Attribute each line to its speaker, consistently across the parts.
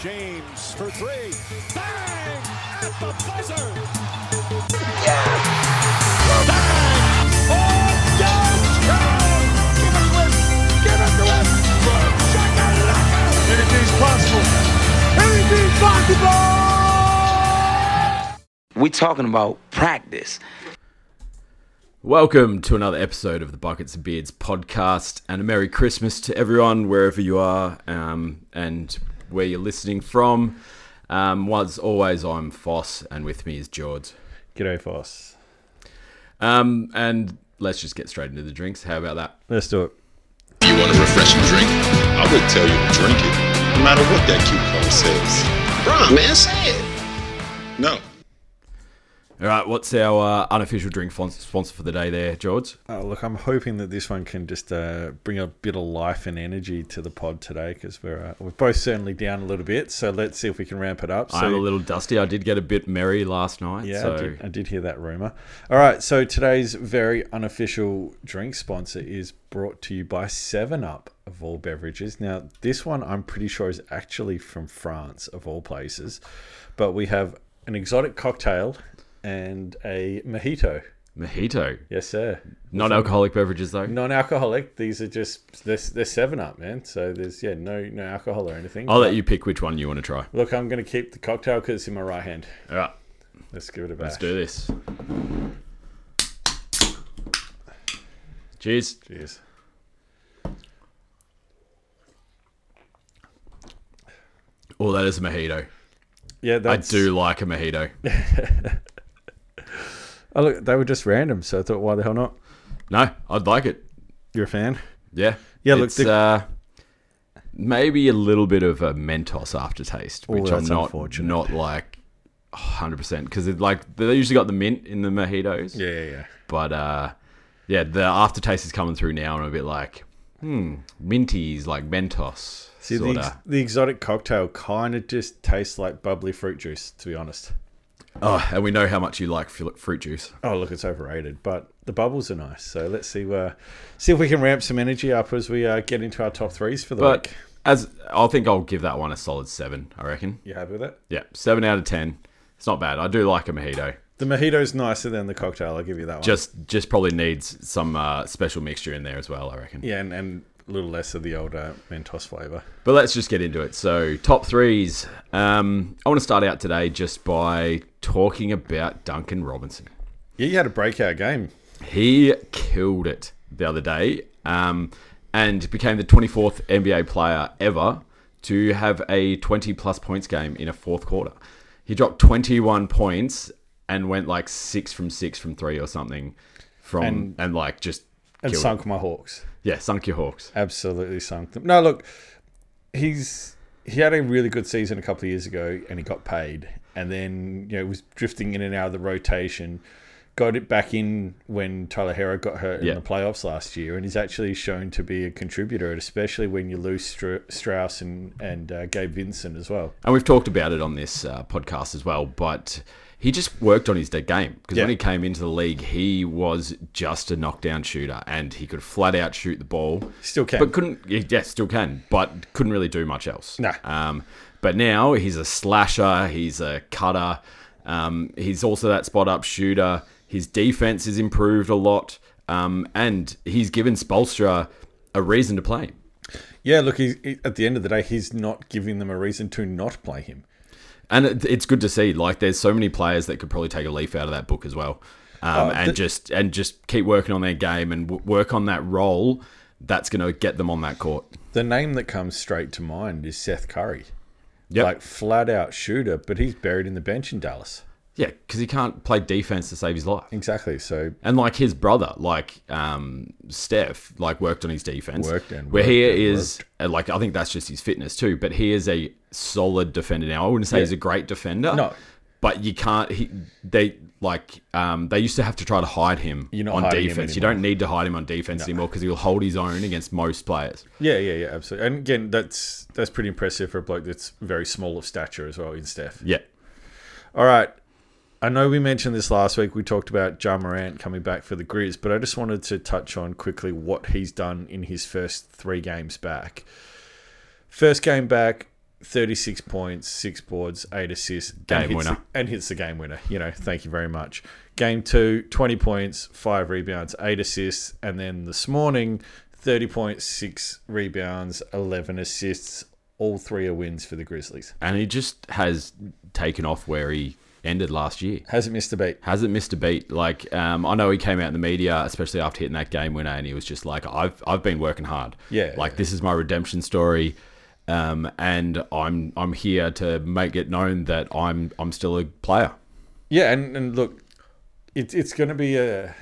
Speaker 1: James for three. Bang! At the buzzer! Yes! Bang! Oh, yes! Yes! Give it to him! Give it to him! Shakalaka! Anything's possible. Anything's possible!
Speaker 2: We're talking about practice.
Speaker 3: Welcome to another episode of the Buckets and Beards podcast, and a Merry Christmas to everyone wherever you are um, and where you're listening from. Um, well, as always, I'm Foss, and with me is George.
Speaker 4: G'day, Foss.
Speaker 3: Um, and let's just get straight into the drinks. How about that?
Speaker 4: Let's do it.
Speaker 5: You want a refreshing drink? I would tell you to drink it, no matter what that cucumber says. Bruh, man, say it. No.
Speaker 3: All right, what's our uh, unofficial drink fon- sponsor for the day there, George?
Speaker 4: Oh, look, I'm hoping that this one can just uh, bring a bit of life and energy to the pod today because we're uh, we're both certainly down a little bit. So let's see if we can ramp it up. So,
Speaker 3: I'm a little dusty. I did get a bit merry last night.
Speaker 4: yeah,
Speaker 3: so
Speaker 4: I, did, I did hear that rumor. All right, so today's very unofficial drink sponsor is brought to you by Seven Up of all beverages. Now, this one I'm pretty sure is actually from France of all places, but we have an exotic cocktail and a mojito.
Speaker 3: mojito,
Speaker 4: Yes, sir.
Speaker 3: non-alcoholic beverages though.
Speaker 4: non-alcoholic. These are just they're, they're Seven Up, man. So there's yeah, no no alcohol or anything.
Speaker 3: I'll let you pick which one you want to try.
Speaker 4: Look, I'm gonna keep the cocktail because it's in my right hand.
Speaker 3: All right,
Speaker 4: Let's give it a bash.
Speaker 3: let's do this. Cheers.
Speaker 4: Cheers.
Speaker 3: Oh, that is a mojito.
Speaker 4: Yeah,
Speaker 3: I
Speaker 4: that's,
Speaker 3: do like a mojito.
Speaker 4: Oh look, they were just random, so I thought, why the hell not?
Speaker 3: No, I'd like it.
Speaker 4: You're a fan.
Speaker 3: Yeah.
Speaker 4: Yeah, look,
Speaker 3: it's,
Speaker 4: the-
Speaker 3: uh, maybe a little bit of a Mentos aftertaste, which I'm
Speaker 4: that's
Speaker 3: not
Speaker 4: unfortunate.
Speaker 3: not like 100% because it like they usually got the mint in the mojitos.
Speaker 4: Yeah, yeah, yeah.
Speaker 3: But uh, yeah, the aftertaste is coming through now, and I'm a bit like, hmm, minties like Mentos.
Speaker 4: See, the,
Speaker 3: sorta.
Speaker 4: ex- the exotic cocktail kind of just tastes like bubbly fruit juice, to be honest.
Speaker 3: oh, and we know how much you like fru- fruit juice.
Speaker 4: Oh, look, it's overrated, but the bubbles are nice. So let's see, uh, see if we can ramp some energy up as we uh, get into our top threes for the
Speaker 3: But
Speaker 4: week.
Speaker 3: as I think I'll give that one a solid seven, I reckon.
Speaker 4: You happy with it?
Speaker 3: Yeah, seven out of ten. It's not bad. I do like a mojito.
Speaker 4: The mojito's nicer than the cocktail. I'll give you that one.
Speaker 3: Just just probably needs some uh, special mixture in there as well, I reckon.
Speaker 4: Yeah, and, and a little less of the older Mentos flavour.
Speaker 3: But let's just get into it. So top threes. Um, I want to start out today just by talking about Duncan Robinson.
Speaker 4: Yeah, you had a breakout game.
Speaker 3: He killed it the other day um, and became the 24th NBA player ever to have a 20 plus points game in a fourth quarter. He dropped 21 points and went like six from six from three or something from and,
Speaker 4: And-
Speaker 3: like just
Speaker 4: And
Speaker 3: killed
Speaker 4: sunk my Hawks.
Speaker 3: it. Yeah, sunk your Hawks.
Speaker 4: Absolutely sunk them. No, look, he's he had a really good season a couple of years ago and he got paid. And then, you know, was drifting in and out of the rotation. Got it back in when Tyler Hero got hurt
Speaker 3: Yeah.
Speaker 4: in the playoffs last year, and he's actually shown to be a contributor, especially when you lose Str- Strauss and and uh, Gabe Vincent as well.
Speaker 3: And we've talked about it on this uh, podcast as well, but he just worked on his dead game because when
Speaker 4: Yeah.
Speaker 3: he came into the league, he was just a knockdown shooter and he could flat out shoot the ball.
Speaker 4: Still can.
Speaker 3: But couldn't, yeah, still can, but couldn't really do much else.
Speaker 4: Nah.
Speaker 3: Um, but now he's a slasher, he's a cutter, um, he's also that spot up shooter. His defense is improved a lot, um, and he's given Spolstra a reason to play him.
Speaker 4: Yeah, look, he's, he, at the end of the day, he's not giving them a reason to not play him.
Speaker 3: and it, it's good to see. Like, there's so many players that could probably take a leaf out of that book as well, um, and just and just keep working on their game and w- work on that role. That's going to get them on that court.
Speaker 4: The name that comes straight to mind is Seth Curry.
Speaker 3: Yep.
Speaker 4: Like flat out shooter, but he's buried in the bench in Dallas.
Speaker 3: yeah, because he can't play defense to save his life.
Speaker 4: Exactly. So
Speaker 3: And like his brother, like um, Steph, like worked on his defense.
Speaker 4: Worked and
Speaker 3: where he
Speaker 4: worked and
Speaker 3: is, and, like I think that's just his fitness too. But he is a solid defender now. I wouldn't say he's a great defender.
Speaker 4: No.
Speaker 3: but you can't. He, they like um, they used to have to try to hide him
Speaker 4: You're not
Speaker 3: on
Speaker 4: hiding him
Speaker 3: defense. you
Speaker 4: anymore.
Speaker 3: don't need to hide him on defense anymore because he'll hold his own against most players.
Speaker 4: yeah, yeah, yeah, absolutely. And again, that's that's pretty impressive for a bloke that's very small of stature as well in Steph.
Speaker 3: Yeah,
Speaker 4: All right. I know we mentioned this last week. We talked about Ja Morant coming back for the Grizz, but I just wanted to touch on quickly what he's done in his first three games back. First game back, 36 points, six boards, eight assists, and
Speaker 3: Game
Speaker 4: hits the-
Speaker 3: winner.
Speaker 4: and hits the game winner. You know, thank you very much. Game two, 20 points, five rebounds, eight assists, and then this morning, 30 points, six rebounds, 11 assists. All three are wins for the Grizzlies.
Speaker 3: and he just has taken off where he ended last year.
Speaker 4: Hasn't missed a beat.
Speaker 3: Hasn't missed a beat. Like um, I know he came out in the media, especially after hitting that game winner, and he was just like, "I've I've been working hard.
Speaker 4: Yeah.
Speaker 3: like this is my redemption story, um, and I'm I'm here to make it known that I'm I'm still a player."
Speaker 4: Yeah, and, and look, it, it's going to be a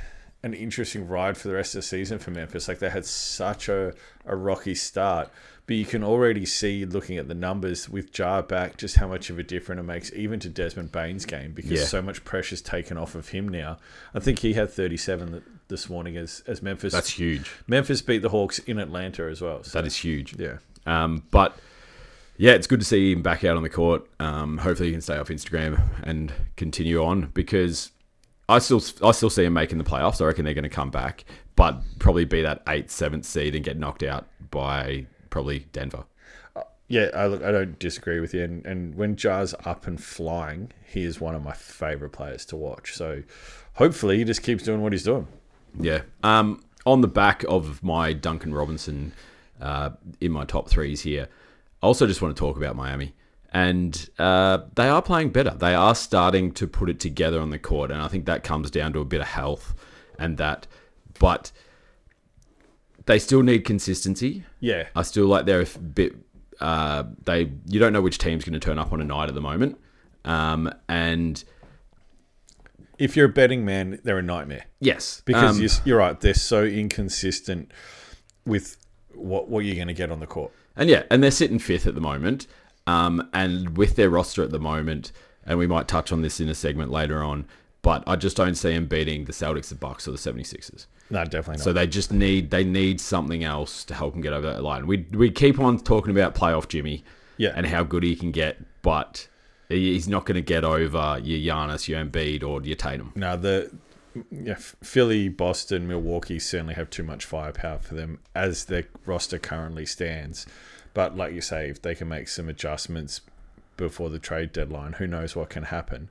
Speaker 4: an interesting ride for the rest of the season for Memphis. Like they had such a, a rocky start, but you can already see looking at the numbers with Jar back just how much of a difference it makes, even to Desmond Bain's game because
Speaker 3: Yeah.
Speaker 4: so much pressure's taken off of him now. I think he had 37 th- this morning as as Memphis.
Speaker 3: That's huge.
Speaker 4: Memphis beat the Hawks in Atlanta as well. So
Speaker 3: That is huge.
Speaker 4: yeah.
Speaker 3: Um, but yeah, it's good to see him back out on the court. Um, hopefully, he can stay off Instagram and continue on because I still I still see him making the playoffs. I reckon they're going to come back, but probably be that eighth, seventh seed and get knocked out by probably Denver.
Speaker 4: Yeah, I look. I don't disagree with you. And, and when Jar's up and flying, he is one of my favorite players to watch. So hopefully, he just keeps doing what he's doing.
Speaker 3: Yeah. Um, on the back of my Duncan Robinson uh, in my top threes here, I also just want to talk about Miami. And uh, they are playing better. They are starting to put it together on the court. And I think that comes down to a bit of health and that. But they still need consistency.
Speaker 4: Yeah,
Speaker 3: I still like they're a bit. Uh, they you don't know which team's going to turn up on a night at the moment, um, and
Speaker 4: if you're a betting man, they're a nightmare
Speaker 3: yes,
Speaker 4: because
Speaker 3: um,
Speaker 4: you're, you're right. They're so inconsistent with what what you're going to get on the court.
Speaker 3: And yeah, and they're sitting fifth at the moment. Um, and with their roster at the moment, and we might touch on this in a segment later on, but I just don't see them beating the Celtics, the Bucks, or the 76ers.
Speaker 4: No, definitely not.
Speaker 3: So they just need they need something else to help them get over that line. We we keep on talking about playoff Jimmy,
Speaker 4: Yeah.
Speaker 3: and how good he can get, but he- he's not going to get over your Giannis, your Embiid, or your Tatum.
Speaker 4: No, the yeah, Philly, Boston, Milwaukee certainly have too much firepower for them as their roster currently stands. But like you say, if they can make some adjustments before the trade deadline, who knows what can happen.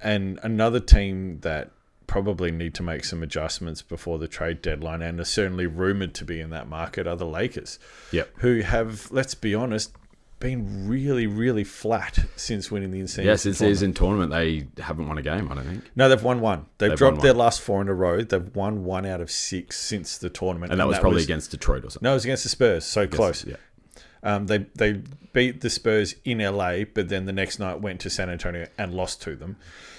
Speaker 4: And another team that probably need to make some adjustments before the trade deadline and are certainly rumored to be in that market are the Lakers.
Speaker 3: Yep.
Speaker 4: Who have, let's be honest, been really, really flat since winning the in-season.
Speaker 3: Yes, this
Speaker 4: tournament.
Speaker 3: season tournament they haven't won a game. I don't think,
Speaker 4: No, they've won one. They've,
Speaker 3: They've
Speaker 4: dropped
Speaker 3: won
Speaker 4: their
Speaker 3: one.
Speaker 4: last four in a row. They've won one out of six since the tournament,
Speaker 3: and that was probably against Detroit or something.
Speaker 4: No, it was against the Spurs. So close.
Speaker 3: Yeah.
Speaker 4: Um, they they beat the Spurs in LA, but then the next night went to San Antonio and lost to them.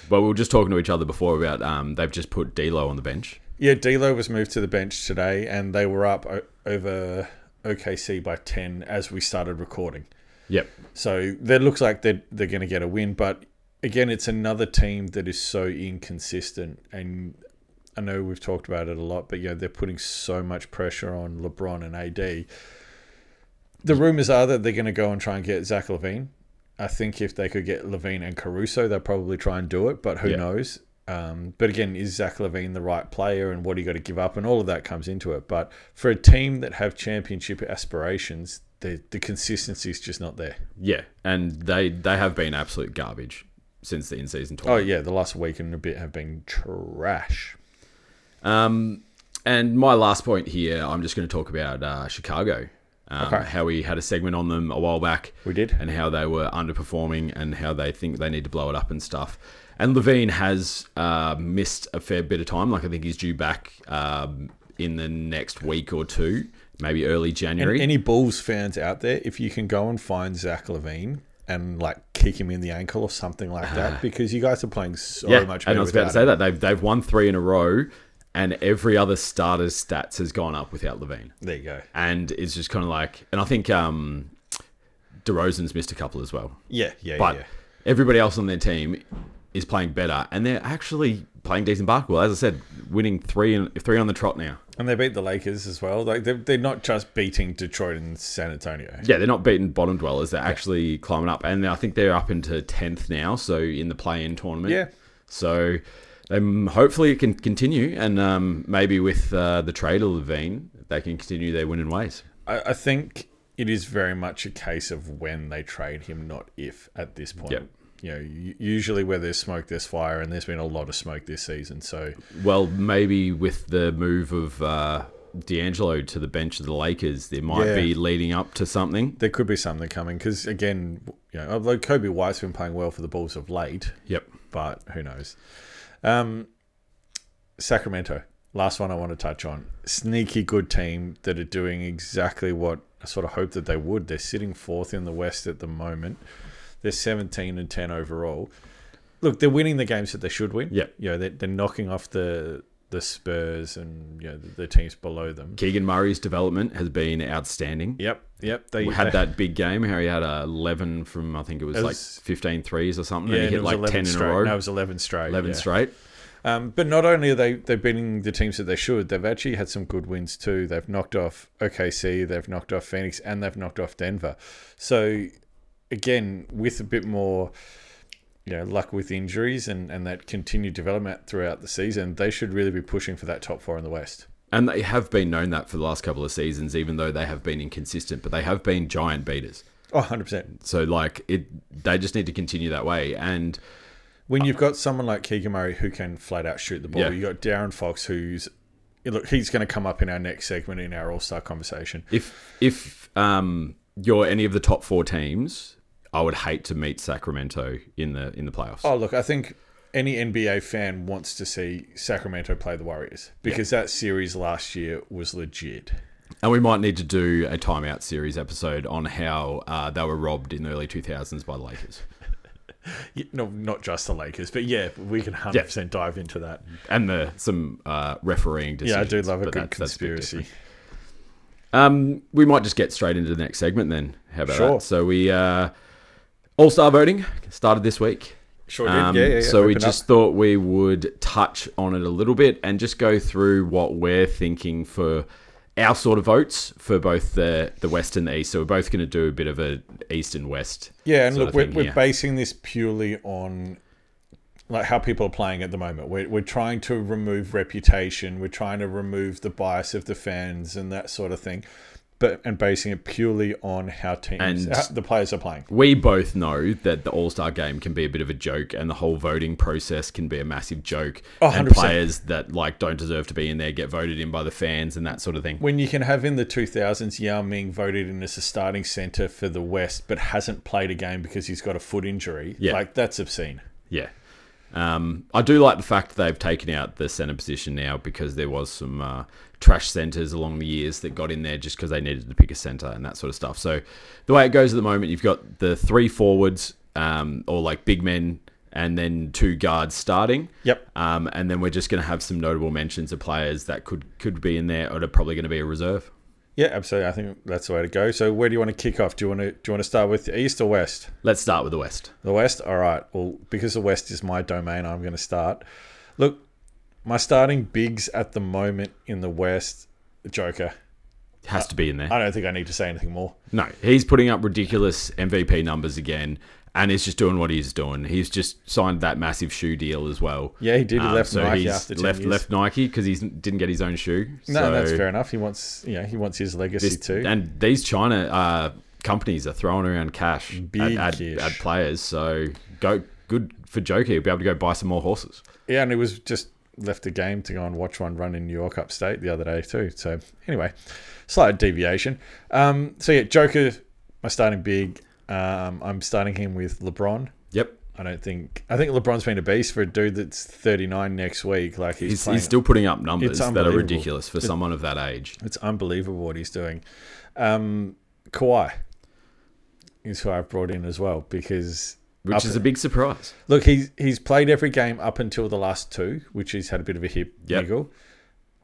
Speaker 3: But we were just talking to each other before about um, they've just put D'Lo on the bench.
Speaker 4: Yeah, D'Lo was moved to the bench today, and they were up o- over OKC by ten as we started recording.
Speaker 3: Yep.
Speaker 4: So that looks like they're, they're going to get a win. But again, it's another team that is so inconsistent. And I know we've talked about it a lot, but you know, they're putting so much pressure on LeBron and AD. The rumors are that they're going to go and try and get Zach Levine. I think if they could get Levine and Caruso, they'll probably try and do it, but who
Speaker 3: Yeah.
Speaker 4: knows? Um, but again, is Zach Levine the right player and what do you got to give up? And all of that comes into it. But for a team that have championship aspirations, the, the consistency is just not there.
Speaker 3: Yeah, and they they have been absolute garbage since the in-season
Speaker 4: Oh
Speaker 3: tournament.
Speaker 4: yeah, the last week and a bit have been trash.
Speaker 3: Um, and my last point here, I'm just going to talk about uh, Chicago. Um,
Speaker 4: Okay.
Speaker 3: How we had a segment on them a while back.
Speaker 4: We did.
Speaker 3: And how they were underperforming and how they think they need to blow it up and stuff. And Levine has uh, missed a fair bit of time. Like, I think he's due back um, in the next week or two, maybe early January.
Speaker 4: Any Bulls fans out there, if you can go and find Zach Levine and like kick him in the ankle or something like that, because you guys are playing so much better.
Speaker 3: And I was about to
Speaker 4: without
Speaker 3: say
Speaker 4: him.
Speaker 3: that they've they've won three in a row, and every other starter's stats has gone up without Levine.
Speaker 4: There you go.
Speaker 3: And it's just kind of like, and I think um, DeRozan's missed a couple as well,
Speaker 4: Yeah, yeah,
Speaker 3: but
Speaker 4: yeah.
Speaker 3: everybody else on their team is playing better, and they're actually playing decent basketball. As I said, winning three and three on the trot now.
Speaker 4: And they beat the Lakers as well. Like they're, they're not just beating Detroit and San Antonio.
Speaker 3: Yeah, they're not beating bottom dwellers. They're actually climbing up, and I think they're up into tenth now. So in the play-in tournament,
Speaker 4: Yeah.
Speaker 3: So um, hopefully it can continue, and um, maybe with uh, the trade of Levine, they can continue their winning ways.
Speaker 4: I, I think it is very much a case of when they trade him, not if at this point.
Speaker 3: Yep.
Speaker 4: You know, u- usually where there's smoke, there's fire, and there's been a lot of smoke this season. So
Speaker 3: Well, maybe with the move of uh, D'Angelo to the bench of the Lakers, there might
Speaker 4: Yeah.
Speaker 3: be leading up to something.
Speaker 4: there could be something coming because again, you know, although Kobe White's been playing well for the Bulls of late,
Speaker 3: Yep.
Speaker 4: but who knows? Um, Sacramento, last one I want to touch on. Sneaky good team that are doing exactly what I sort of hoped that they would. They're sitting fourth in the West at the moment. They're 17 and 10 overall. Look, they're winning the games that they should win.
Speaker 3: Yep.
Speaker 4: You know, they're, they're knocking off the the Spurs and you know the, the teams below them.
Speaker 3: Keegan Murray's development has been outstanding.
Speaker 4: Yep. Yep. They
Speaker 3: We
Speaker 4: they-
Speaker 3: had that big game how he had uh, 11 from, I think it was,
Speaker 4: It
Speaker 3: like
Speaker 4: was-
Speaker 3: 15 threes or something.
Speaker 4: Yeah,
Speaker 3: and he
Speaker 4: and it
Speaker 3: hit
Speaker 4: was
Speaker 3: like
Speaker 4: 11
Speaker 3: 10 in
Speaker 4: straight.
Speaker 3: a row.
Speaker 4: No, it was 11 straight.
Speaker 3: 11
Speaker 4: yeah.
Speaker 3: straight.
Speaker 4: Um, but not only are they they're beating the teams that they should, they've actually had some good wins too. They've knocked off OKC, they've knocked off Phoenix, and they've knocked off Denver. So again, with a bit more you know, luck with injuries and, and that continued development throughout the season, they should really be pushing for that top four in the West.
Speaker 3: And they have been known that for the last couple of seasons, even though they have been inconsistent, but they have been giant beaters.
Speaker 4: Oh, 100%.
Speaker 3: So, like, it, they just need to continue that way. And
Speaker 4: When you've got someone like Keegan Murray who can flat out shoot the ball,
Speaker 3: Yeah.
Speaker 4: you've got Darren Fox who's, look, he's going to come up in our next segment in our All Star conversation.
Speaker 3: if if um, you're any of the top four teams, I would hate to meet Sacramento in the in the playoffs.
Speaker 4: Oh, look, I think any NBA fan wants to see Sacramento play the Warriors because that series last year was legit.
Speaker 3: And we might need to do a timeout series episode on how uh, they were robbed in the early 2000s by the Lakers.
Speaker 4: Y- No, not just the Lakers, but yeah, we can 100% dive into that.
Speaker 3: And the some uh, refereeing
Speaker 4: Yeah, I
Speaker 3: decisions.
Speaker 4: do love a
Speaker 3: but
Speaker 4: good
Speaker 3: that- that's bit
Speaker 4: conspiracy.
Speaker 3: different. Um, we might just get straight into the next segment then. How about
Speaker 4: Sure.
Speaker 3: that? So we uh, all star voting started this week.
Speaker 4: Sure
Speaker 3: Um, so we just thought we would touch on it a little bit and just go through what we're thinking for our sort of votes for both the the west and the east. So we're both going to do a bit of a east and west.
Speaker 4: Yeah, and
Speaker 3: sort
Speaker 4: look,
Speaker 3: of
Speaker 4: we're,
Speaker 3: thing
Speaker 4: we're
Speaker 3: here.
Speaker 4: basing this purely on like how people are playing at the moment. We're, we're trying to remove reputation, we're trying to remove the bias of the fans and that sort of thing, but and basing it purely on how teams,
Speaker 3: And-
Speaker 4: how the players are playing.
Speaker 3: we both know that the All Star game can be a bit of a joke, and the whole voting process can be a massive joke.
Speaker 4: Oh,
Speaker 3: and
Speaker 4: 100%.
Speaker 3: players that like don't deserve to be in there get voted in by the fans and that sort of thing.
Speaker 4: when you can have in the 2000s Yao Ming voted in as a starting center for the West but hasn't played a game because he's got a foot injury
Speaker 3: Yeah.
Speaker 4: like that's obscene
Speaker 3: Yeah. Um, I do like the fact they've taken out the center position now because there was some uh, trash centers along the years that got in there just because they needed to pick a center and that sort of stuff. So the way it goes at the moment, you've got the three forwards um, or like big men and then two guards starting.
Speaker 4: Yep.
Speaker 3: Um, and then we're just going to have some notable mentions of players that could could be in there or are probably going to be a reserve.
Speaker 4: yeah absolutely I think that's the way to go so where do you want to kick off do you want to do you want to start with the East or West
Speaker 3: Let's start with the West.
Speaker 4: the West all right well because the West is my domain I'm going to start look my starting bigs at the moment in the West Joker
Speaker 3: Has to be in there.
Speaker 4: I don't think I need to say anything more
Speaker 3: No, he's putting up ridiculous MVP numbers again, and he's just doing what he's doing. He's just signed that massive shoe deal as well. Um,
Speaker 4: Yeah, he did. He left Nike
Speaker 3: he's
Speaker 4: after 10
Speaker 3: left
Speaker 4: years.
Speaker 3: left Nike because he didn't get his own shoe.
Speaker 4: no
Speaker 3: So
Speaker 4: that's fair enough he wants you know he wants his legacy
Speaker 3: this-
Speaker 4: too
Speaker 3: and these China uh, companies are throwing around cash at-
Speaker 4: Big
Speaker 3: at,
Speaker 4: cash.
Speaker 3: at players. So go good for Joker. He'll be able to go buy some more horses.
Speaker 4: Yeah, and it was just left a game to go and watch one run in New York upstate the other day too. So anyway, slight deviation. Um, so yeah, Joker, my starting big. Um, I'm starting him with LeBron.
Speaker 3: Yep,
Speaker 4: I don't think I think LeBron's been a beast for a dude that's 39 next week. Like he's,
Speaker 3: he's,
Speaker 4: playing-
Speaker 3: he's still putting up numbers
Speaker 4: It's
Speaker 3: that are
Speaker 4: unbelievable.
Speaker 3: ridiculous for someone of that age.
Speaker 4: it's unbelievable what he's doing. Um, Kawhi is who I've brought in as well because
Speaker 3: Which
Speaker 4: Up-
Speaker 3: is a big surprise.
Speaker 4: Look, he's he's played every game up until the last two, which he's had a bit of a hip
Speaker 3: Yep.
Speaker 4: niggle.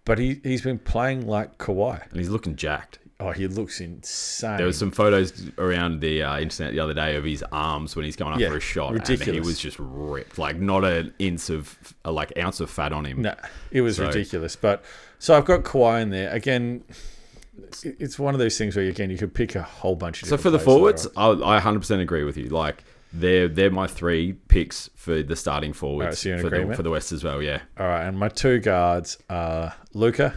Speaker 4: But he he's been playing like Kawhi.
Speaker 3: And he's looking jacked.
Speaker 4: Oh, he looks insane.
Speaker 3: There was some photos around the uh, internet the other day of his arms when he's going up
Speaker 4: Yeah,
Speaker 3: for a shot, and he
Speaker 4: ridiculous.
Speaker 3: was just ripped, like not an inch of, uh, like ounce of fat on him.
Speaker 4: Nah, it was
Speaker 3: So-
Speaker 4: ridiculous. But so I've got Kawhi in there again. it- It's one of those things where again you could pick a whole bunch of.
Speaker 3: So
Speaker 4: different
Speaker 3: for the
Speaker 4: players that are
Speaker 3: forwards,
Speaker 4: on.
Speaker 3: I, I 100% agree with you. Like they're they're my three picks for the starting forwards
Speaker 4: Alright, Oh, so you're in
Speaker 3: for, the,
Speaker 4: agreement?
Speaker 3: for the West as well. Yeah,
Speaker 4: all right, and my two guards are Luca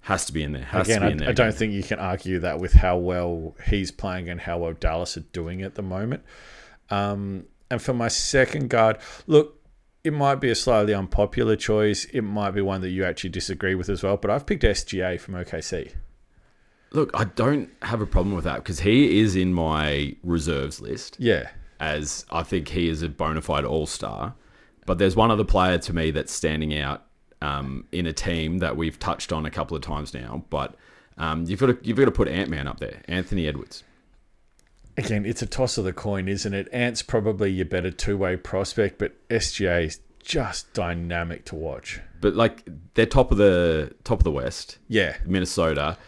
Speaker 3: Has to be in there. Has
Speaker 4: Again,
Speaker 3: to be in there.
Speaker 4: I, I don't think you can argue that with how well he's playing and how well Dallas are doing at the moment. Um, and for my second guard, look, it might be a slightly unpopular choice. It might be one that you actually disagree with as well. But I've picked SGA from OKC.
Speaker 3: Look, I don't have a problem with that because he is in my reserves list.
Speaker 4: Yeah,
Speaker 3: as I think he is a bona fide all star. But there's one other player to me that's standing out um, in a team that we've touched on a couple of times now. But um, you've got to you've got to put Ant Man up there, Anthony Edwards.
Speaker 4: again, it's a toss of the coin, isn't it? Ant's probably your better two-way prospect, but SGA is just dynamic to watch.
Speaker 3: But like they're top of the top of the West,
Speaker 4: Yeah,
Speaker 3: Minnesota.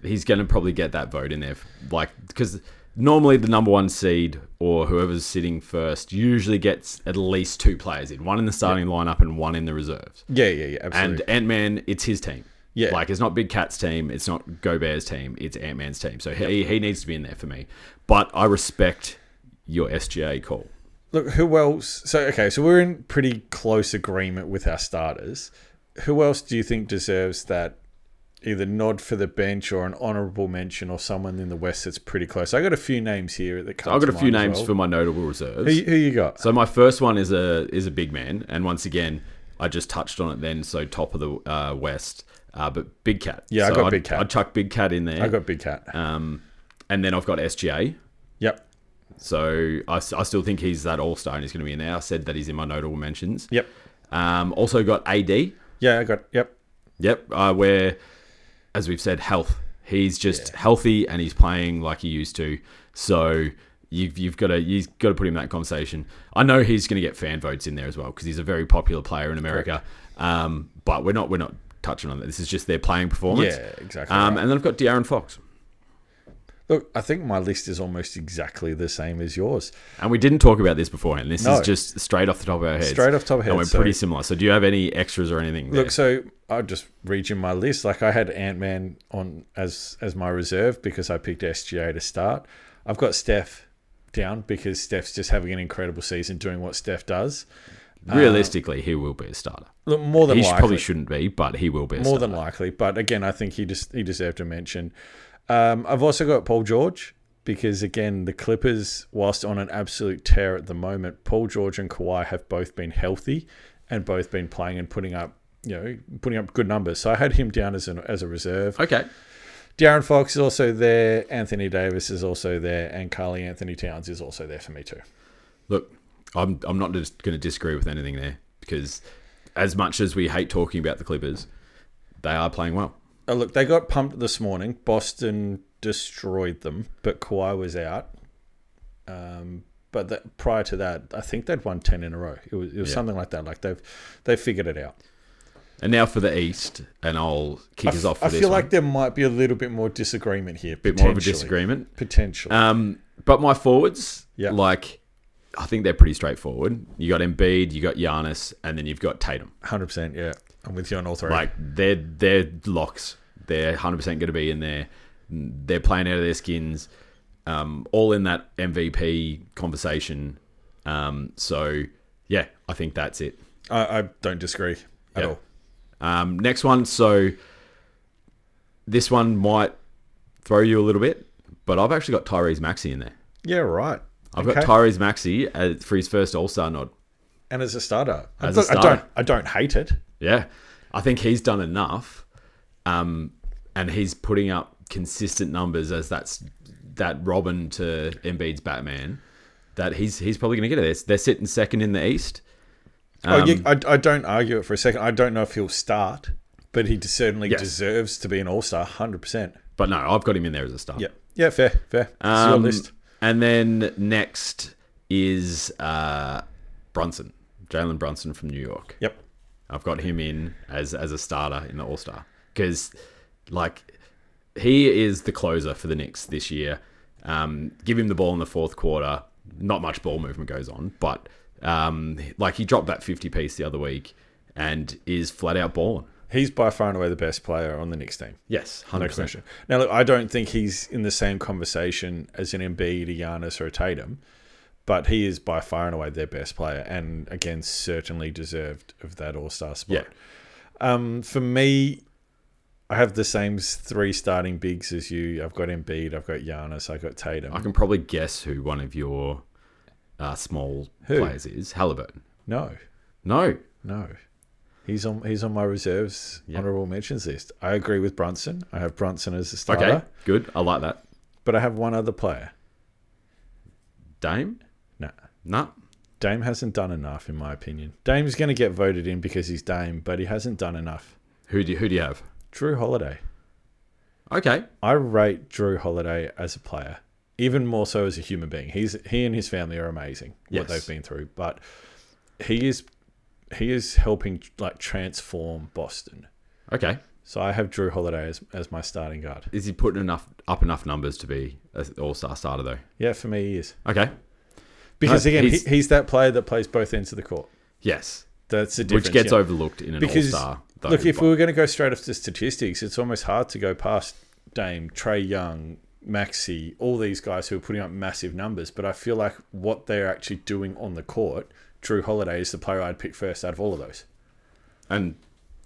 Speaker 3: He's going to probably get that vote in there, like because normally the number one seed or whoever's sitting first usually gets at least two players in, one in the starting lineup and one in the reserves.
Speaker 4: yeah, yeah, yeah. Absolutely.
Speaker 3: And Ant Man, it's his team.
Speaker 4: Yeah.
Speaker 3: Like it's not Big Cat's team, it's not Gobert's team, it's Ant Man's team. So he, he needs to be in there for me. But I respect your SGA call.
Speaker 4: Look, who else? So, okay, so we're in pretty close agreement with our starters. Who else do you think deserves that either nod for the bench or an honourable mention or someone in the West that's pretty close? I got a few names here that come.
Speaker 3: I've got
Speaker 4: to
Speaker 3: a few
Speaker 4: mind
Speaker 3: names
Speaker 4: as well.
Speaker 3: for my notable reserves.
Speaker 4: Who, who you got?
Speaker 3: so my first one is a is a big man, and once again, I just touched on it then, so top of the uh, West. Uh, but Big Cat.
Speaker 4: Yeah, I
Speaker 3: So
Speaker 4: got
Speaker 3: I'd-
Speaker 4: Big Cat.
Speaker 3: I chuck Big Cat in there.
Speaker 4: I got Big Cat.
Speaker 3: um, and then I've got SGA.
Speaker 4: yep,
Speaker 3: So I, s- I still think he's that all star and he's going to be in there. I said that he's in my notable mentions.
Speaker 4: yep,
Speaker 3: Um, also got AD.
Speaker 4: yeah, I got yep.
Speaker 3: Yep, uh, where, as we've said, health. He's just healthy and he's playing like he used to. So you've you've got to you've got to put him in that conversation. I know he's going to get fan votes in there as well because he's a very popular player in America. Um, but we're not we're not touching on that. This is just their playing performance.
Speaker 4: Yeah, exactly
Speaker 3: Um,
Speaker 4: right.
Speaker 3: And then I've got De'Aaron Fox,
Speaker 4: Look, I think my list is almost exactly the same as yours.
Speaker 3: and we didn't talk about this beforehand. This
Speaker 4: No.
Speaker 3: is just straight off the top of our heads.
Speaker 4: Straight off the top of our
Speaker 3: and we're
Speaker 4: heads, so-
Speaker 3: pretty similar. So do you have any extras or anything? there?
Speaker 4: Look, so I'll just read you my list. Like I had Ant Man on as as my reserve because I picked SGA to start. I've got Steph down because Steph's just having an incredible season doing what Steph does. uh,
Speaker 3: realistically, he will be a starter.
Speaker 4: Look, more than
Speaker 3: He sh-
Speaker 4: likely,
Speaker 3: probably shouldn't be, but he will be a
Speaker 4: more
Speaker 3: starter.
Speaker 4: than likely. But again, I think he just he deserved a mention. Um, I've also got Paul George because again, the Clippers, whilst on an absolute tear at the moment, Paul George and Kawhi have both been healthy and both been playing and putting up. You know, putting up good numbers. So I had him down as an as a reserve.
Speaker 3: Okay.
Speaker 4: Darren Fox is also there. Anthony Davis is also there, and Carly Anthony Towns is also there for me too.
Speaker 3: Look, I'm I'm not just going to disagree with anything there because as much as we hate talking about the Clippers, they are playing well.
Speaker 4: Oh, look, they got pumped this morning. Boston destroyed them, but Kawhi was out. Um, but that, prior to that, I think they'd won ten in a row. It was, it was
Speaker 3: Yeah.
Speaker 4: something like that. Like they've they figured it out.
Speaker 3: And now for the East, and I'll kick us off. For
Speaker 4: I
Speaker 3: this
Speaker 4: feel
Speaker 3: one.
Speaker 4: like there might be a little bit more disagreement here.
Speaker 3: bit more of a disagreement.
Speaker 4: Potentially.
Speaker 3: Um, but my forwards,
Speaker 4: Yeah.
Speaker 3: like I think they're pretty straightforward. You got Embiid, you got Giannis, and then you've got Tatum.
Speaker 4: Hundred percent. Yeah, I'm with you on all three.
Speaker 3: Like they're they're locks. They're hundred percent going to be in there. They're playing out of their skins. Um, all in that MVP conversation. Um, so yeah, I think that's it.
Speaker 4: I, I don't disagree at
Speaker 3: Yeah.
Speaker 4: all.
Speaker 3: Um, next one. So this one might throw you a little bit, but I've actually got Tyrese Maxey in there.
Speaker 4: Yeah, right.
Speaker 3: I've
Speaker 4: Okay.
Speaker 3: got Tyrese Maxey as, for his first All Star nod.
Speaker 4: and as a starter.
Speaker 3: As
Speaker 4: I,
Speaker 3: a
Speaker 4: don't- I
Speaker 3: starter.
Speaker 4: don't I don't hate it.
Speaker 3: Yeah, I think he's done enough, um, and he's putting up consistent numbers as that's that Robin to Embiid's Batman. That he's he's probably going to get it. They're, they're sitting second in the East. Um,
Speaker 4: oh, yeah, I, I don't argue it for a second. I don't know if he'll start, but he certainly
Speaker 3: Yes.
Speaker 4: deserves to be an all star, hundred percent.
Speaker 3: But no, I've got him in there as a starter.
Speaker 4: Yeah, yeah, fair, fair. It's your
Speaker 3: Um,
Speaker 4: list.
Speaker 3: And then next is uh, Brunson, Jalen Brunson from New York.
Speaker 4: Yep.
Speaker 3: I've got him in as as a starter in the All Star because, like, he is the closer for the Knicks this year. Um, give him the ball in the fourth quarter. Not much ball movement goes on, but um, like he dropped that fifty piece the other week and is flat out balling.
Speaker 4: He's by far and away the best player on the Knicks team.
Speaker 3: Yes,
Speaker 4: No
Speaker 3: hundred percent.
Speaker 4: question. Now, look, I don't think he's in the same conversation as an Embiid, a Giannis, or a Tatum, but he is by far and away their best player, and again, certainly deserved of that All Star spot.
Speaker 3: Yeah,
Speaker 4: for me, I have the same s- three starting bigs as you. I've got Embiid, I've got Giannis, I've got Tatum.
Speaker 3: I can probably guess who one of your uh, small
Speaker 4: Who?
Speaker 3: players is. Halliburton.
Speaker 4: No,
Speaker 3: No.
Speaker 4: no. He's on he's on my reserves honorable mentions list. I agree with Brunson. I have Brunson as a starter,
Speaker 3: Okay. Good. I like that.
Speaker 4: but I have one other player.
Speaker 3: Dame?
Speaker 4: Nah.
Speaker 3: Nah.
Speaker 4: Dame hasn't done enough in my opinion. Dame's going to get voted in because he's Dame, but he hasn't done enough.
Speaker 3: Who do you, who do you have?
Speaker 4: Drew Holiday.
Speaker 3: Okay.
Speaker 4: I rate Drew Holiday as a player, even more so as a human being. He's he and his family are amazing
Speaker 3: Yes.
Speaker 4: what they've been through, but he is he is helping like transform Boston.
Speaker 3: Okay.
Speaker 4: So I have Drew Holiday as, as my starting guard.
Speaker 3: Is he putting enough up enough numbers to be an all star starter though?
Speaker 4: Yeah, for me he is
Speaker 3: Okay.
Speaker 4: because
Speaker 3: No,
Speaker 4: again
Speaker 3: he's-
Speaker 4: he, he's that player that plays both ends of the court.
Speaker 3: Yes.
Speaker 4: That's the difference.
Speaker 3: Which gets
Speaker 4: yeah.
Speaker 3: overlooked in an all
Speaker 4: because
Speaker 3: star.
Speaker 4: look, if we were going to go straight off to statistics, it's almost hard to go past Dame, Trey Young, Maxi, all these guys who are putting up massive numbers. But I feel like what they're actually doing on the court, Drew Holiday is the player I'd pick first out of all of those.
Speaker 3: And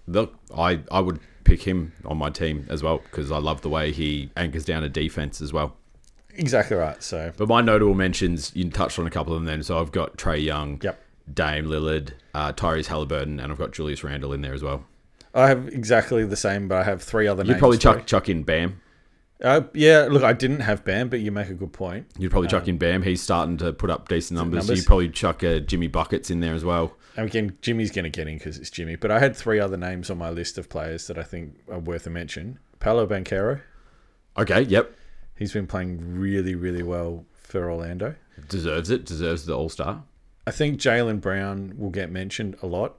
Speaker 3: look, I, I would pick him on my team as well because I love the way he anchors down a defense as well.
Speaker 4: Exactly right. So
Speaker 3: But my notable mentions, you touched on a couple of them then. So I've got Trey Young,
Speaker 4: Yep.
Speaker 3: Dame Lillard, uh, Tyrese Halliburton, and I've got Julius Randle in there as well.
Speaker 4: I have exactly the same, but I have three other
Speaker 3: You'd
Speaker 4: names.
Speaker 3: probably
Speaker 4: for
Speaker 3: chuck, chuck in Bam.
Speaker 4: it. Uh, yeah, look, I didn't have Bam, but you make a good point.
Speaker 3: You'd probably chuck in Bam. He's starting to put up decent numbers.
Speaker 4: Uh, numbers.
Speaker 3: You'd probably chuck uh, Jimmy Buckets in there as well.
Speaker 4: And again, Jimmy's going to get in because it's Jimmy. But I had three other names on my list of players that I think are worth a mention. Paolo Banquero.
Speaker 3: Okay, yep.
Speaker 4: He's been playing really, really well for Orlando.
Speaker 3: Deserves it. Deserves the All Star.
Speaker 4: I think Jalen Brown will get mentioned a lot.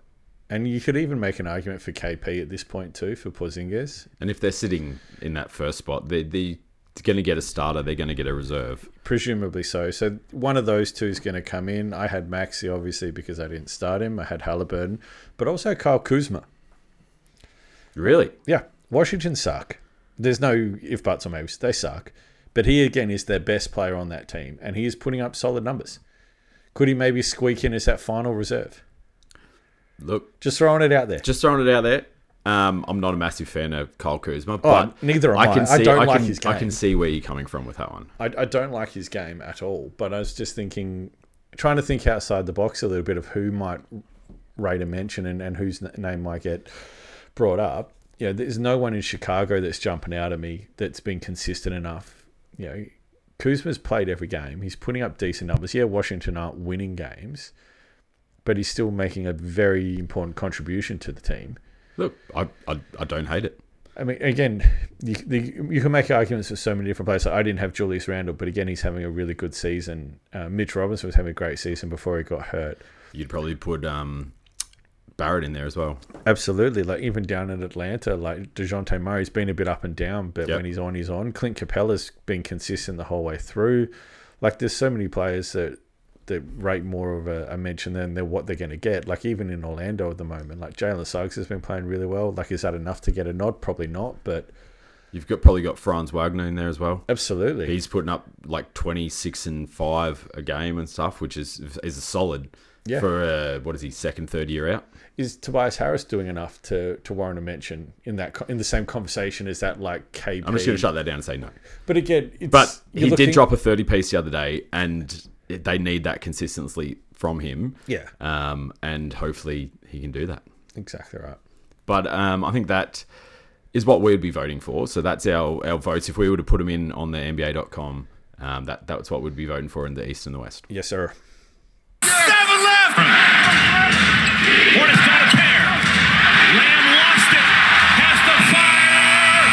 Speaker 4: And you could even make an argument for KP at this point too, for Porzingis.
Speaker 3: And if they're sitting in that first spot, they, they're going to get a starter. They're going to get a reserve.
Speaker 4: Presumably so. So one of those two is going to come in. I had Maxi obviously because I didn't start him. I had Halliburton, but also Kyle Kuzma.
Speaker 3: Really?
Speaker 4: Yeah, Washington suck. There's no if buts or maybes. They suck. But he again is their best player on that team, and he is putting up solid numbers. Could he maybe squeak in as that final reserve?
Speaker 3: Look,
Speaker 4: Just throwing it out there.
Speaker 3: just throwing it out there. Um, I'm not a massive fan of Kyle Kuzma,
Speaker 4: Oh,
Speaker 3: but
Speaker 4: neither am I.
Speaker 3: can see
Speaker 4: I don't
Speaker 3: I
Speaker 4: like
Speaker 3: can,
Speaker 4: his
Speaker 3: I
Speaker 4: game.
Speaker 3: can see where you're coming from with that one.
Speaker 4: I, I don't like his game at all, but I was just thinking, trying to think outside the box a little bit of who might rate a mention and, and whose n- name might get brought up. You know, there's no one in Chicago that's jumping out at me that's been consistent enough. You know, Kuzma's played every game. He's putting up decent numbers. Yeah, Washington aren't winning games, but he's still making a very important contribution to the team.
Speaker 3: Look, I I, I don't hate it.
Speaker 4: I mean, again, you, the, you can make arguments for so many different players. I didn't have Julius Randle, but again, he's having a really good season. Uh, Mitch Robinson was having a great season before he got hurt.
Speaker 3: You'd probably put um, Barrett in there as well.
Speaker 4: Absolutely. Like, even down in Atlanta, like, DeJounte Murray's been a bit up and down, but
Speaker 3: Yep.
Speaker 4: when he's on, he's on. Clint Capella's been consistent the whole way through. Like, there's so many players that, that rate more of a, a mention than they're what they're going to get. Like, even in Orlando at the moment, like, Jalen Suggs has been playing really well. Like, is that enough to get a nod? Probably not, but
Speaker 3: You've got probably got Franz Wagner in there as well.
Speaker 4: absolutely.
Speaker 3: He's putting up like 26 and five a game and stuff, which is is a solid
Speaker 4: Yeah.
Speaker 3: for uh, what is he second third year out.
Speaker 4: is Tobias Harris doing enough to to warrant a mention in that co- in the same conversation as that like KP?
Speaker 3: I'm just gonna shut that down and say no.
Speaker 4: But again, it's,
Speaker 3: But
Speaker 4: you're
Speaker 3: he
Speaker 4: looking-
Speaker 3: did drop a 30 piece the other day, and it- they need that consistency from him.
Speaker 4: Yeah.
Speaker 3: Um, and hopefully he can do that.
Speaker 4: Exactly right.
Speaker 3: But um, I think that is what we'd be voting for. So that's our, our votes. If we were to put them in on the NBA.com, um, that that's what we'd be voting for in the East and the West.
Speaker 4: Yes, sir.
Speaker 6: Seven left. Hornets got a pair. Lamb lost it. Has to fire.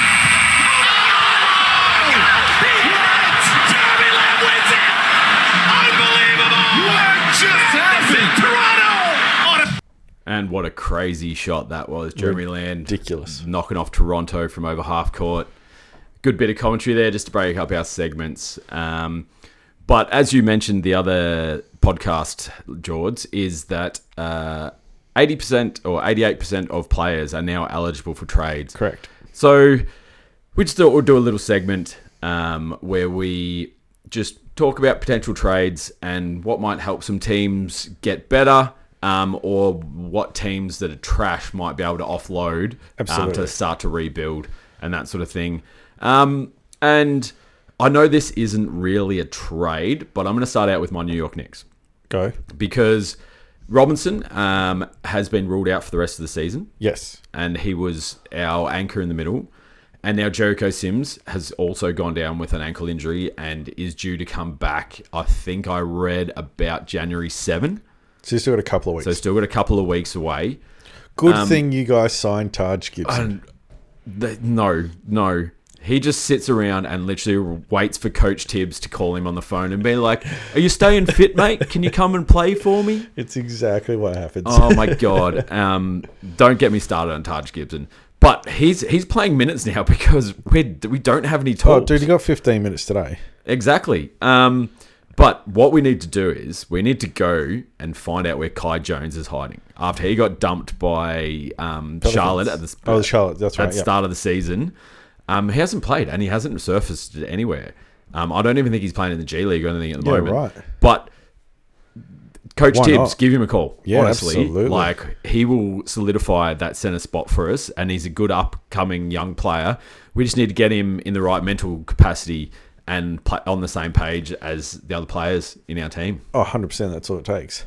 Speaker 6: Jeremy Lamb wins it. Unbelievable. What just happened? Toronto. On a
Speaker 3: And what a crazy shot that was. Jeremy Land.
Speaker 4: Ridiculous.
Speaker 3: Knocking off Toronto from over half court. Good bit of commentary there just to break up our segments. Um, but as you mentioned, the other podcast, George, is that uh, 80% or 88% of players are now eligible for trades.
Speaker 4: Correct.
Speaker 3: So we just thought we'd do a little segment um, where we just talk about potential trades and what might help some teams get better um, or what teams that are trash might be able to offload um,
Speaker 4: Absolutely.
Speaker 3: to start to rebuild and that sort of thing. Um, and I know this isn't really a trade, but I'm going to start out with my New York Knicks
Speaker 4: Go.
Speaker 3: because Robinson um, has been ruled out for the rest of the season
Speaker 4: Yes.
Speaker 3: and he was our anchor in the middle. And now Jericho Sims has also gone down with an ankle injury and is due to come back. I think I read about January 7.
Speaker 4: So you still got a couple of weeks.
Speaker 3: So um, still got a couple of weeks away.
Speaker 4: Good thing you guys signed Taj Gibson.
Speaker 3: The- no, no. He just sits around and literally waits for Coach Tibbs to call him on the phone and be like, "Are you staying fit, mate? Can you come and play for me?"
Speaker 4: It's exactly what happens.
Speaker 3: Oh my god! Um, don't get me started on Taj Gibson, but he's he's playing minutes now because we we don't have any
Speaker 4: oh,
Speaker 3: tools.
Speaker 4: dude, you got 15 minutes today.
Speaker 3: Exactly. Um, but what we need to do is we need to go and find out where Kai Jones is hiding after he got dumped by um, Charlotte at the
Speaker 4: Oh, the Charlotte. That's
Speaker 3: at
Speaker 4: right.
Speaker 3: the
Speaker 4: yeah.
Speaker 3: start of the season. Um, he hasn't played and he hasn't surfaced anywhere. Um, I don't even think he's playing in the G League or anything at the
Speaker 4: Yeah,
Speaker 3: moment.
Speaker 4: right.
Speaker 3: But Coach
Speaker 4: Why
Speaker 3: Tibbs,
Speaker 4: not?
Speaker 3: give him a call.
Speaker 4: Yeah,
Speaker 3: honestly,
Speaker 4: absolutely.
Speaker 3: like he will solidify that center spot for us, and he's a good upcoming young player. We just need to get him in the right mental capacity and pla on the same page as the other players in our team.
Speaker 4: Oh, 100%. That's all it takes.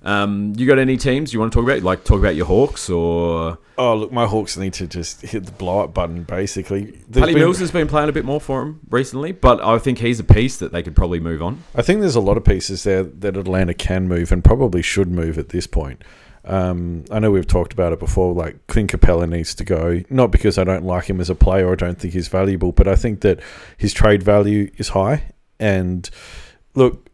Speaker 3: Um, you got any teams you want to talk about? Like talk about your Hawks or
Speaker 4: Oh, look, my Hawks need to just hit the blow up button, basically. There's
Speaker 3: Paddy
Speaker 4: been-
Speaker 3: Mills has been playing a bit more for him recently, but I think he's a piece that they could probably move on.
Speaker 4: I think there's a lot of pieces there that Atlanta can move and probably should move at this point. Um, I know we've talked about it before. Like Clint Capella needs to go, not because I don't like him as a player or I don't think he's valuable, but I think that his trade value is high. And look,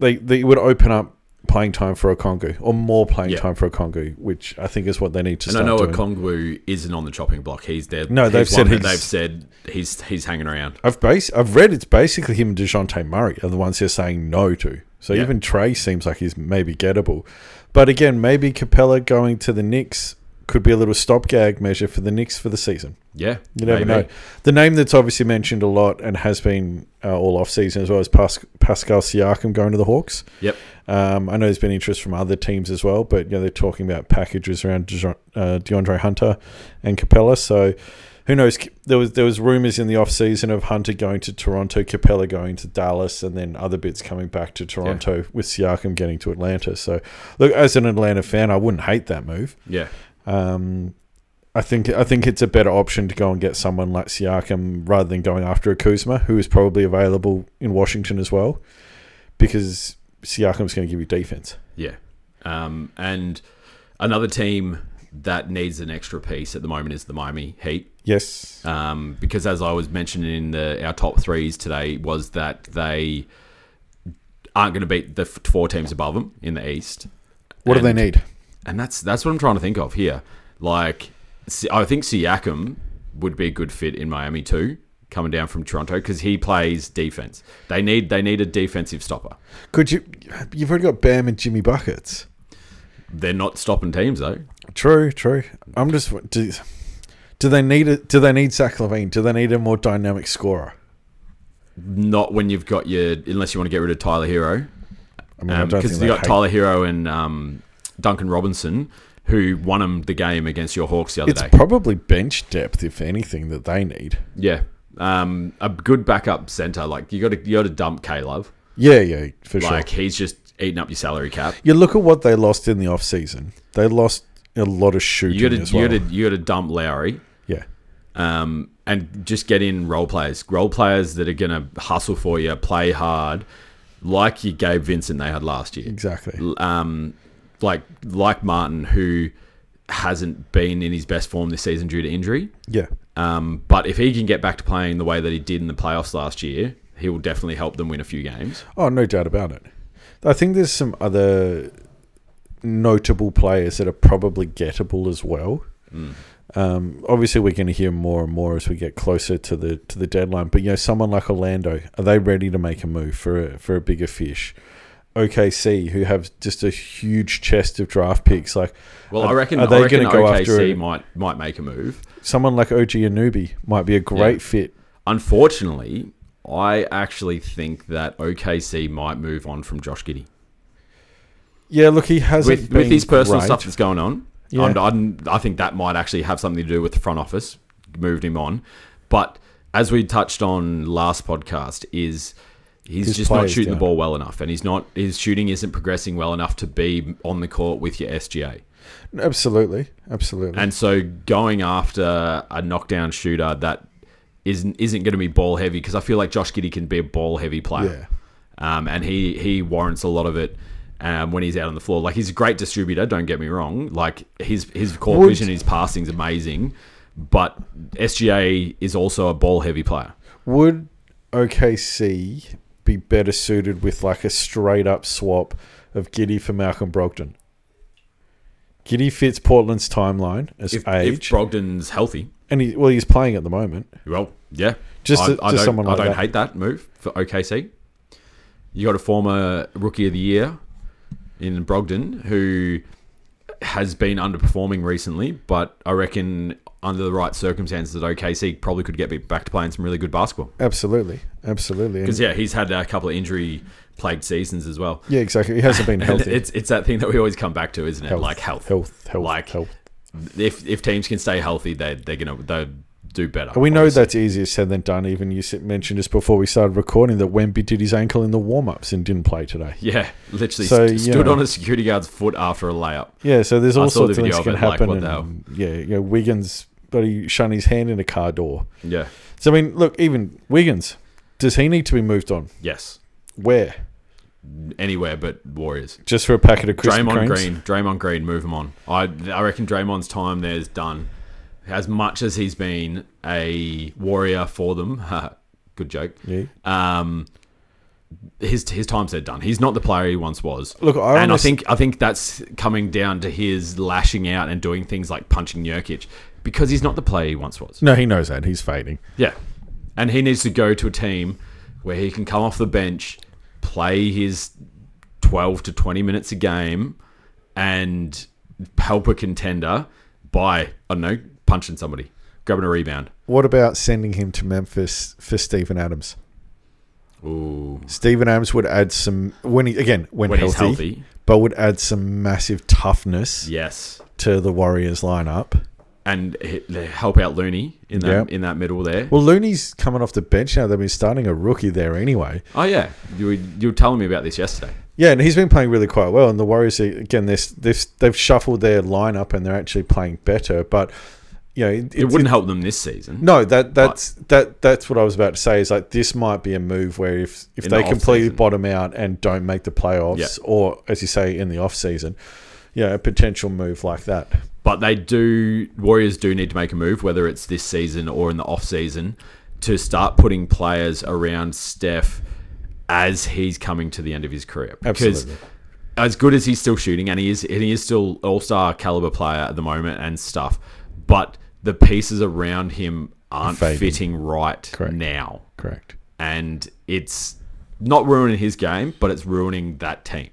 Speaker 4: they they would open up playing time for a Congo or more playing
Speaker 3: Yeah.
Speaker 4: time for a Congo, which I think is what they need to
Speaker 3: And I
Speaker 4: start
Speaker 3: know
Speaker 4: doing.
Speaker 3: Okongwu isn't on the chopping block. He's there.
Speaker 4: No,
Speaker 3: he's
Speaker 4: they've said
Speaker 3: one that
Speaker 4: he's-
Speaker 3: they've said he's he's hanging around.
Speaker 4: I've base I've read it's basically him and Dejounte Murray are the ones they're saying no to. So
Speaker 3: Yeah.
Speaker 4: even Trey seems like he's maybe gettable, but again, maybe Capella going to the Knicks could be a little stopgag measure for the Knicks for the season.
Speaker 3: Yeah,
Speaker 4: You never
Speaker 3: maybe.
Speaker 4: know. The name that's obviously mentioned a lot and has been uh, all off season as well is Pas- Pascal Siakam going to the Hawks.
Speaker 3: Yep.
Speaker 4: Um, I know there's been interest from other teams as well, but you know they're talking about packages around Dejo- uh, DeAndre Hunter and Capella. So who knows? There was there was rumors in the off season of Hunter going to Toronto, Capella going to Dallas, and then other bits coming back to Toronto with Siakam getting to Atlanta. So look, as an Atlanta fan, I wouldn't hate that move.
Speaker 3: Yeah,
Speaker 4: Um, I think I think it's a better option to go and get someone like Siakam rather than going after a Kuzma, who is probably available in Washington as well, because Siakam's going to give you defense.
Speaker 3: yeah. Um, and another team that needs an extra piece at the moment is the Miami Heat.
Speaker 4: Yes.
Speaker 3: um, because as I was mentioning in the our top threes today was that they aren't going to beat the f- four teams above them in the East.
Speaker 4: what do
Speaker 3: and-
Speaker 4: they need?
Speaker 3: and that's that's what I'm trying to think of here. Like, Si- I think Siakam would be a good fit in Miami too, coming down from Toronto because he plays defense. They need they need a defensive stopper.
Speaker 4: Could you? You've already got Bam and Jimmy buckets.
Speaker 3: They're not stopping teams though.
Speaker 4: True. True. I'm just. Do, do they need it? Do they need Zach Levine? Do they need a more dynamic scorer?
Speaker 3: Not when you've got your unless you want to get rid of Tyler Hero.
Speaker 4: I mean, I don't
Speaker 3: because
Speaker 4: think
Speaker 3: you
Speaker 4: they
Speaker 3: Um, got
Speaker 4: hate-
Speaker 3: Tyler Hero and um, Duncan Robinson, who won them the game against your Hawks the other
Speaker 4: It's
Speaker 3: day.
Speaker 4: probably bench depth, if anything, that they need.
Speaker 3: yeah, um, a good backup center. Like you got to you got to dump K Love.
Speaker 4: Yeah, yeah, for sure.
Speaker 3: Like he's just eating up your salary cap.
Speaker 4: You look at what they lost in the off season. They lost a lot of shooting
Speaker 3: You got
Speaker 4: as
Speaker 3: to
Speaker 4: well.
Speaker 3: you got to you got to dump Lowry.
Speaker 4: yeah,
Speaker 3: Um, and just get in role players, role players that are gonna hustle for you, play hard, like you Gabe Vincent they had last year.
Speaker 4: exactly.
Speaker 3: um, like like Martin, who hasn't been in his best form this season due to injury.
Speaker 4: Yeah,
Speaker 3: Um, but if he can get back to playing the way that he did in the playoffs last year, he will definitely help them win a few games.
Speaker 4: Oh, no doubt about it. I think there's some other notable players that are probably gettable as well.
Speaker 3: Mm.
Speaker 4: Um, obviously, we're going to hear more and more as we get closer to the to the deadline. But you know, someone like Orlando, are they ready to make a move for a, for a bigger fish? OKC, who have just a huge chest of draft picks, like
Speaker 3: Well,
Speaker 4: are-
Speaker 3: I reckon.
Speaker 4: are they
Speaker 3: I reckon
Speaker 4: gonna go
Speaker 3: OKC
Speaker 4: after a-
Speaker 3: might might make a move.
Speaker 4: someone like OG Anubi might be a great
Speaker 3: Yeah.
Speaker 4: fit.
Speaker 3: Unfortunately, I actually think that OKC might move on from Josh Giddy.
Speaker 4: Yeah, look, he hasn't
Speaker 3: with, with
Speaker 4: been
Speaker 3: his personal
Speaker 4: great.
Speaker 3: stuff that's going on.
Speaker 4: Yeah.
Speaker 3: And I'm- i think that might actually have something to do with the front office moved him on. But as we touched on last podcast, is he's
Speaker 4: His
Speaker 3: just
Speaker 4: play
Speaker 3: not
Speaker 4: is
Speaker 3: shooting the
Speaker 4: down.
Speaker 3: ball well enough, and he's not his shooting isn't progressing well enough to be on the court with your SGA.
Speaker 4: Absolutely, absolutely.
Speaker 3: And so going after a knockdown shooter that isn't isn't going to be ball heavy because I feel like Josh Giddy can be a ball heavy player, um, and he he warrants a lot of it. Um, when he's out on the floor, like he's a great distributor. Don't get me wrong. Like his his core
Speaker 4: Would-
Speaker 3: vision, his passing's amazing, but SGA is also a ball heavy player.
Speaker 4: Would OKC be better suited with like a straight up swap of Giddy for Malcolm Brogdon? Giddy fits Portland's timeline as
Speaker 3: If, if
Speaker 4: age,
Speaker 3: Brogdon's healthy,
Speaker 4: and he, well, he's playing at the moment.
Speaker 3: well, yeah.
Speaker 4: Just
Speaker 3: I,
Speaker 4: to-
Speaker 3: I
Speaker 4: just
Speaker 3: don't,
Speaker 4: someone
Speaker 3: I
Speaker 4: like
Speaker 3: don't
Speaker 4: that.
Speaker 3: hate that move for OKC. You got a former rookie of the year in Brogdon who has been underperforming recently, but I reckon under the right circumstances at OKC probably could get back to playing some really good basketball.
Speaker 4: Absolutely, absolutely. And-
Speaker 3: Because yeah, he's had a couple of injury plagued seasons as well.
Speaker 4: yeah, exactly. He hasn't been
Speaker 3: And
Speaker 4: healthy.
Speaker 3: it's it's that thing that we always come back to, isn't it?
Speaker 4: Health,
Speaker 3: like health,
Speaker 4: health, health,
Speaker 3: like
Speaker 4: health.
Speaker 3: If if teams can stay healthy, they they're gonna they do better.
Speaker 4: And we know
Speaker 3: obviously.
Speaker 4: that's easier said than done. Even you said- mentioned just before we started recording that Wemby did his ankle in the warm ups and didn't play today.
Speaker 3: Yeah, literally
Speaker 4: So,
Speaker 3: st-
Speaker 4: you
Speaker 3: stood
Speaker 4: know-
Speaker 3: on a security guard's foot after a layup.
Speaker 4: Yeah, so there's
Speaker 3: I
Speaker 4: all
Speaker 3: saw the
Speaker 4: sorts of
Speaker 3: video
Speaker 4: things
Speaker 3: of
Speaker 4: can
Speaker 3: it, like,
Speaker 4: happen.
Speaker 3: what the
Speaker 4: and, yeah, you know, Wiggins, but he shone his hand in a car door.
Speaker 3: Yeah.
Speaker 4: So I mean, look, even Wiggins, does he need to be moved on?
Speaker 3: Yes.
Speaker 4: Where?
Speaker 3: Anywhere but Warriors.
Speaker 4: Just for a packet of Krispy
Speaker 3: Draymond
Speaker 4: Kremes?
Speaker 3: Green. Draymond Green. Move him on. I I reckon Draymond's time there is done. As much as he's been a warrior for them, good joke.
Speaker 4: Yeah.
Speaker 3: Um, his his time's there done. He's not the player he once was.
Speaker 4: Look, I
Speaker 3: and I
Speaker 4: honest-
Speaker 3: think I think that's coming down to his lashing out and doing things like punching Nurkic because he's not the player he once was.
Speaker 4: No, he knows that. He's fading.
Speaker 3: Yeah. And he needs to go to a team where he can come off the bench, play his 12 to 20 minutes a game, and help a contender by, I don't know, punching somebody, grabbing a rebound.
Speaker 4: What about sending him to Memphis for Stephen Adams?
Speaker 3: Ooh.
Speaker 4: Stephen Adams would add some when he again when,
Speaker 3: When
Speaker 4: healthy,
Speaker 3: he's healthy.
Speaker 4: but would add some massive toughness
Speaker 3: Yes.
Speaker 4: to the Warriors lineup.
Speaker 3: And he- help out Looney in that,
Speaker 4: Yep.
Speaker 3: in that middle there.
Speaker 4: Well, Looney's coming off the bench now. They've been starting a rookie there anyway.
Speaker 3: oh, yeah. You were, you were telling me about this yesterday.
Speaker 4: Yeah, and he's been playing really quite well. And the Warriors again, this this they've shuffled their lineup and they're actually playing better. But you know,
Speaker 3: It,
Speaker 4: it's-
Speaker 3: wouldn't help them this season.
Speaker 4: No, that that's that that's what I was about to say. Is like this might be a move where if if
Speaker 3: In
Speaker 4: they
Speaker 3: the
Speaker 4: completely
Speaker 3: offseason.
Speaker 4: bottom out and don't make the playoffs,
Speaker 3: Yeah.
Speaker 4: or as you say in the off season, yeah, a potential move like that.
Speaker 3: but they do Warriors do need to make a move, whether it's this season or in the off season, to start putting players around Steph as he's coming to the end of his career. Because
Speaker 4: Absolutely.
Speaker 3: as good as he's still shooting, and he is, and he is still all star caliber player at the moment and stuff, but the pieces around him aren't
Speaker 4: Fading.
Speaker 3: fitting right
Speaker 4: Correct.
Speaker 3: now,
Speaker 4: Correct.
Speaker 3: and it's not ruining his game, but it's ruining that team.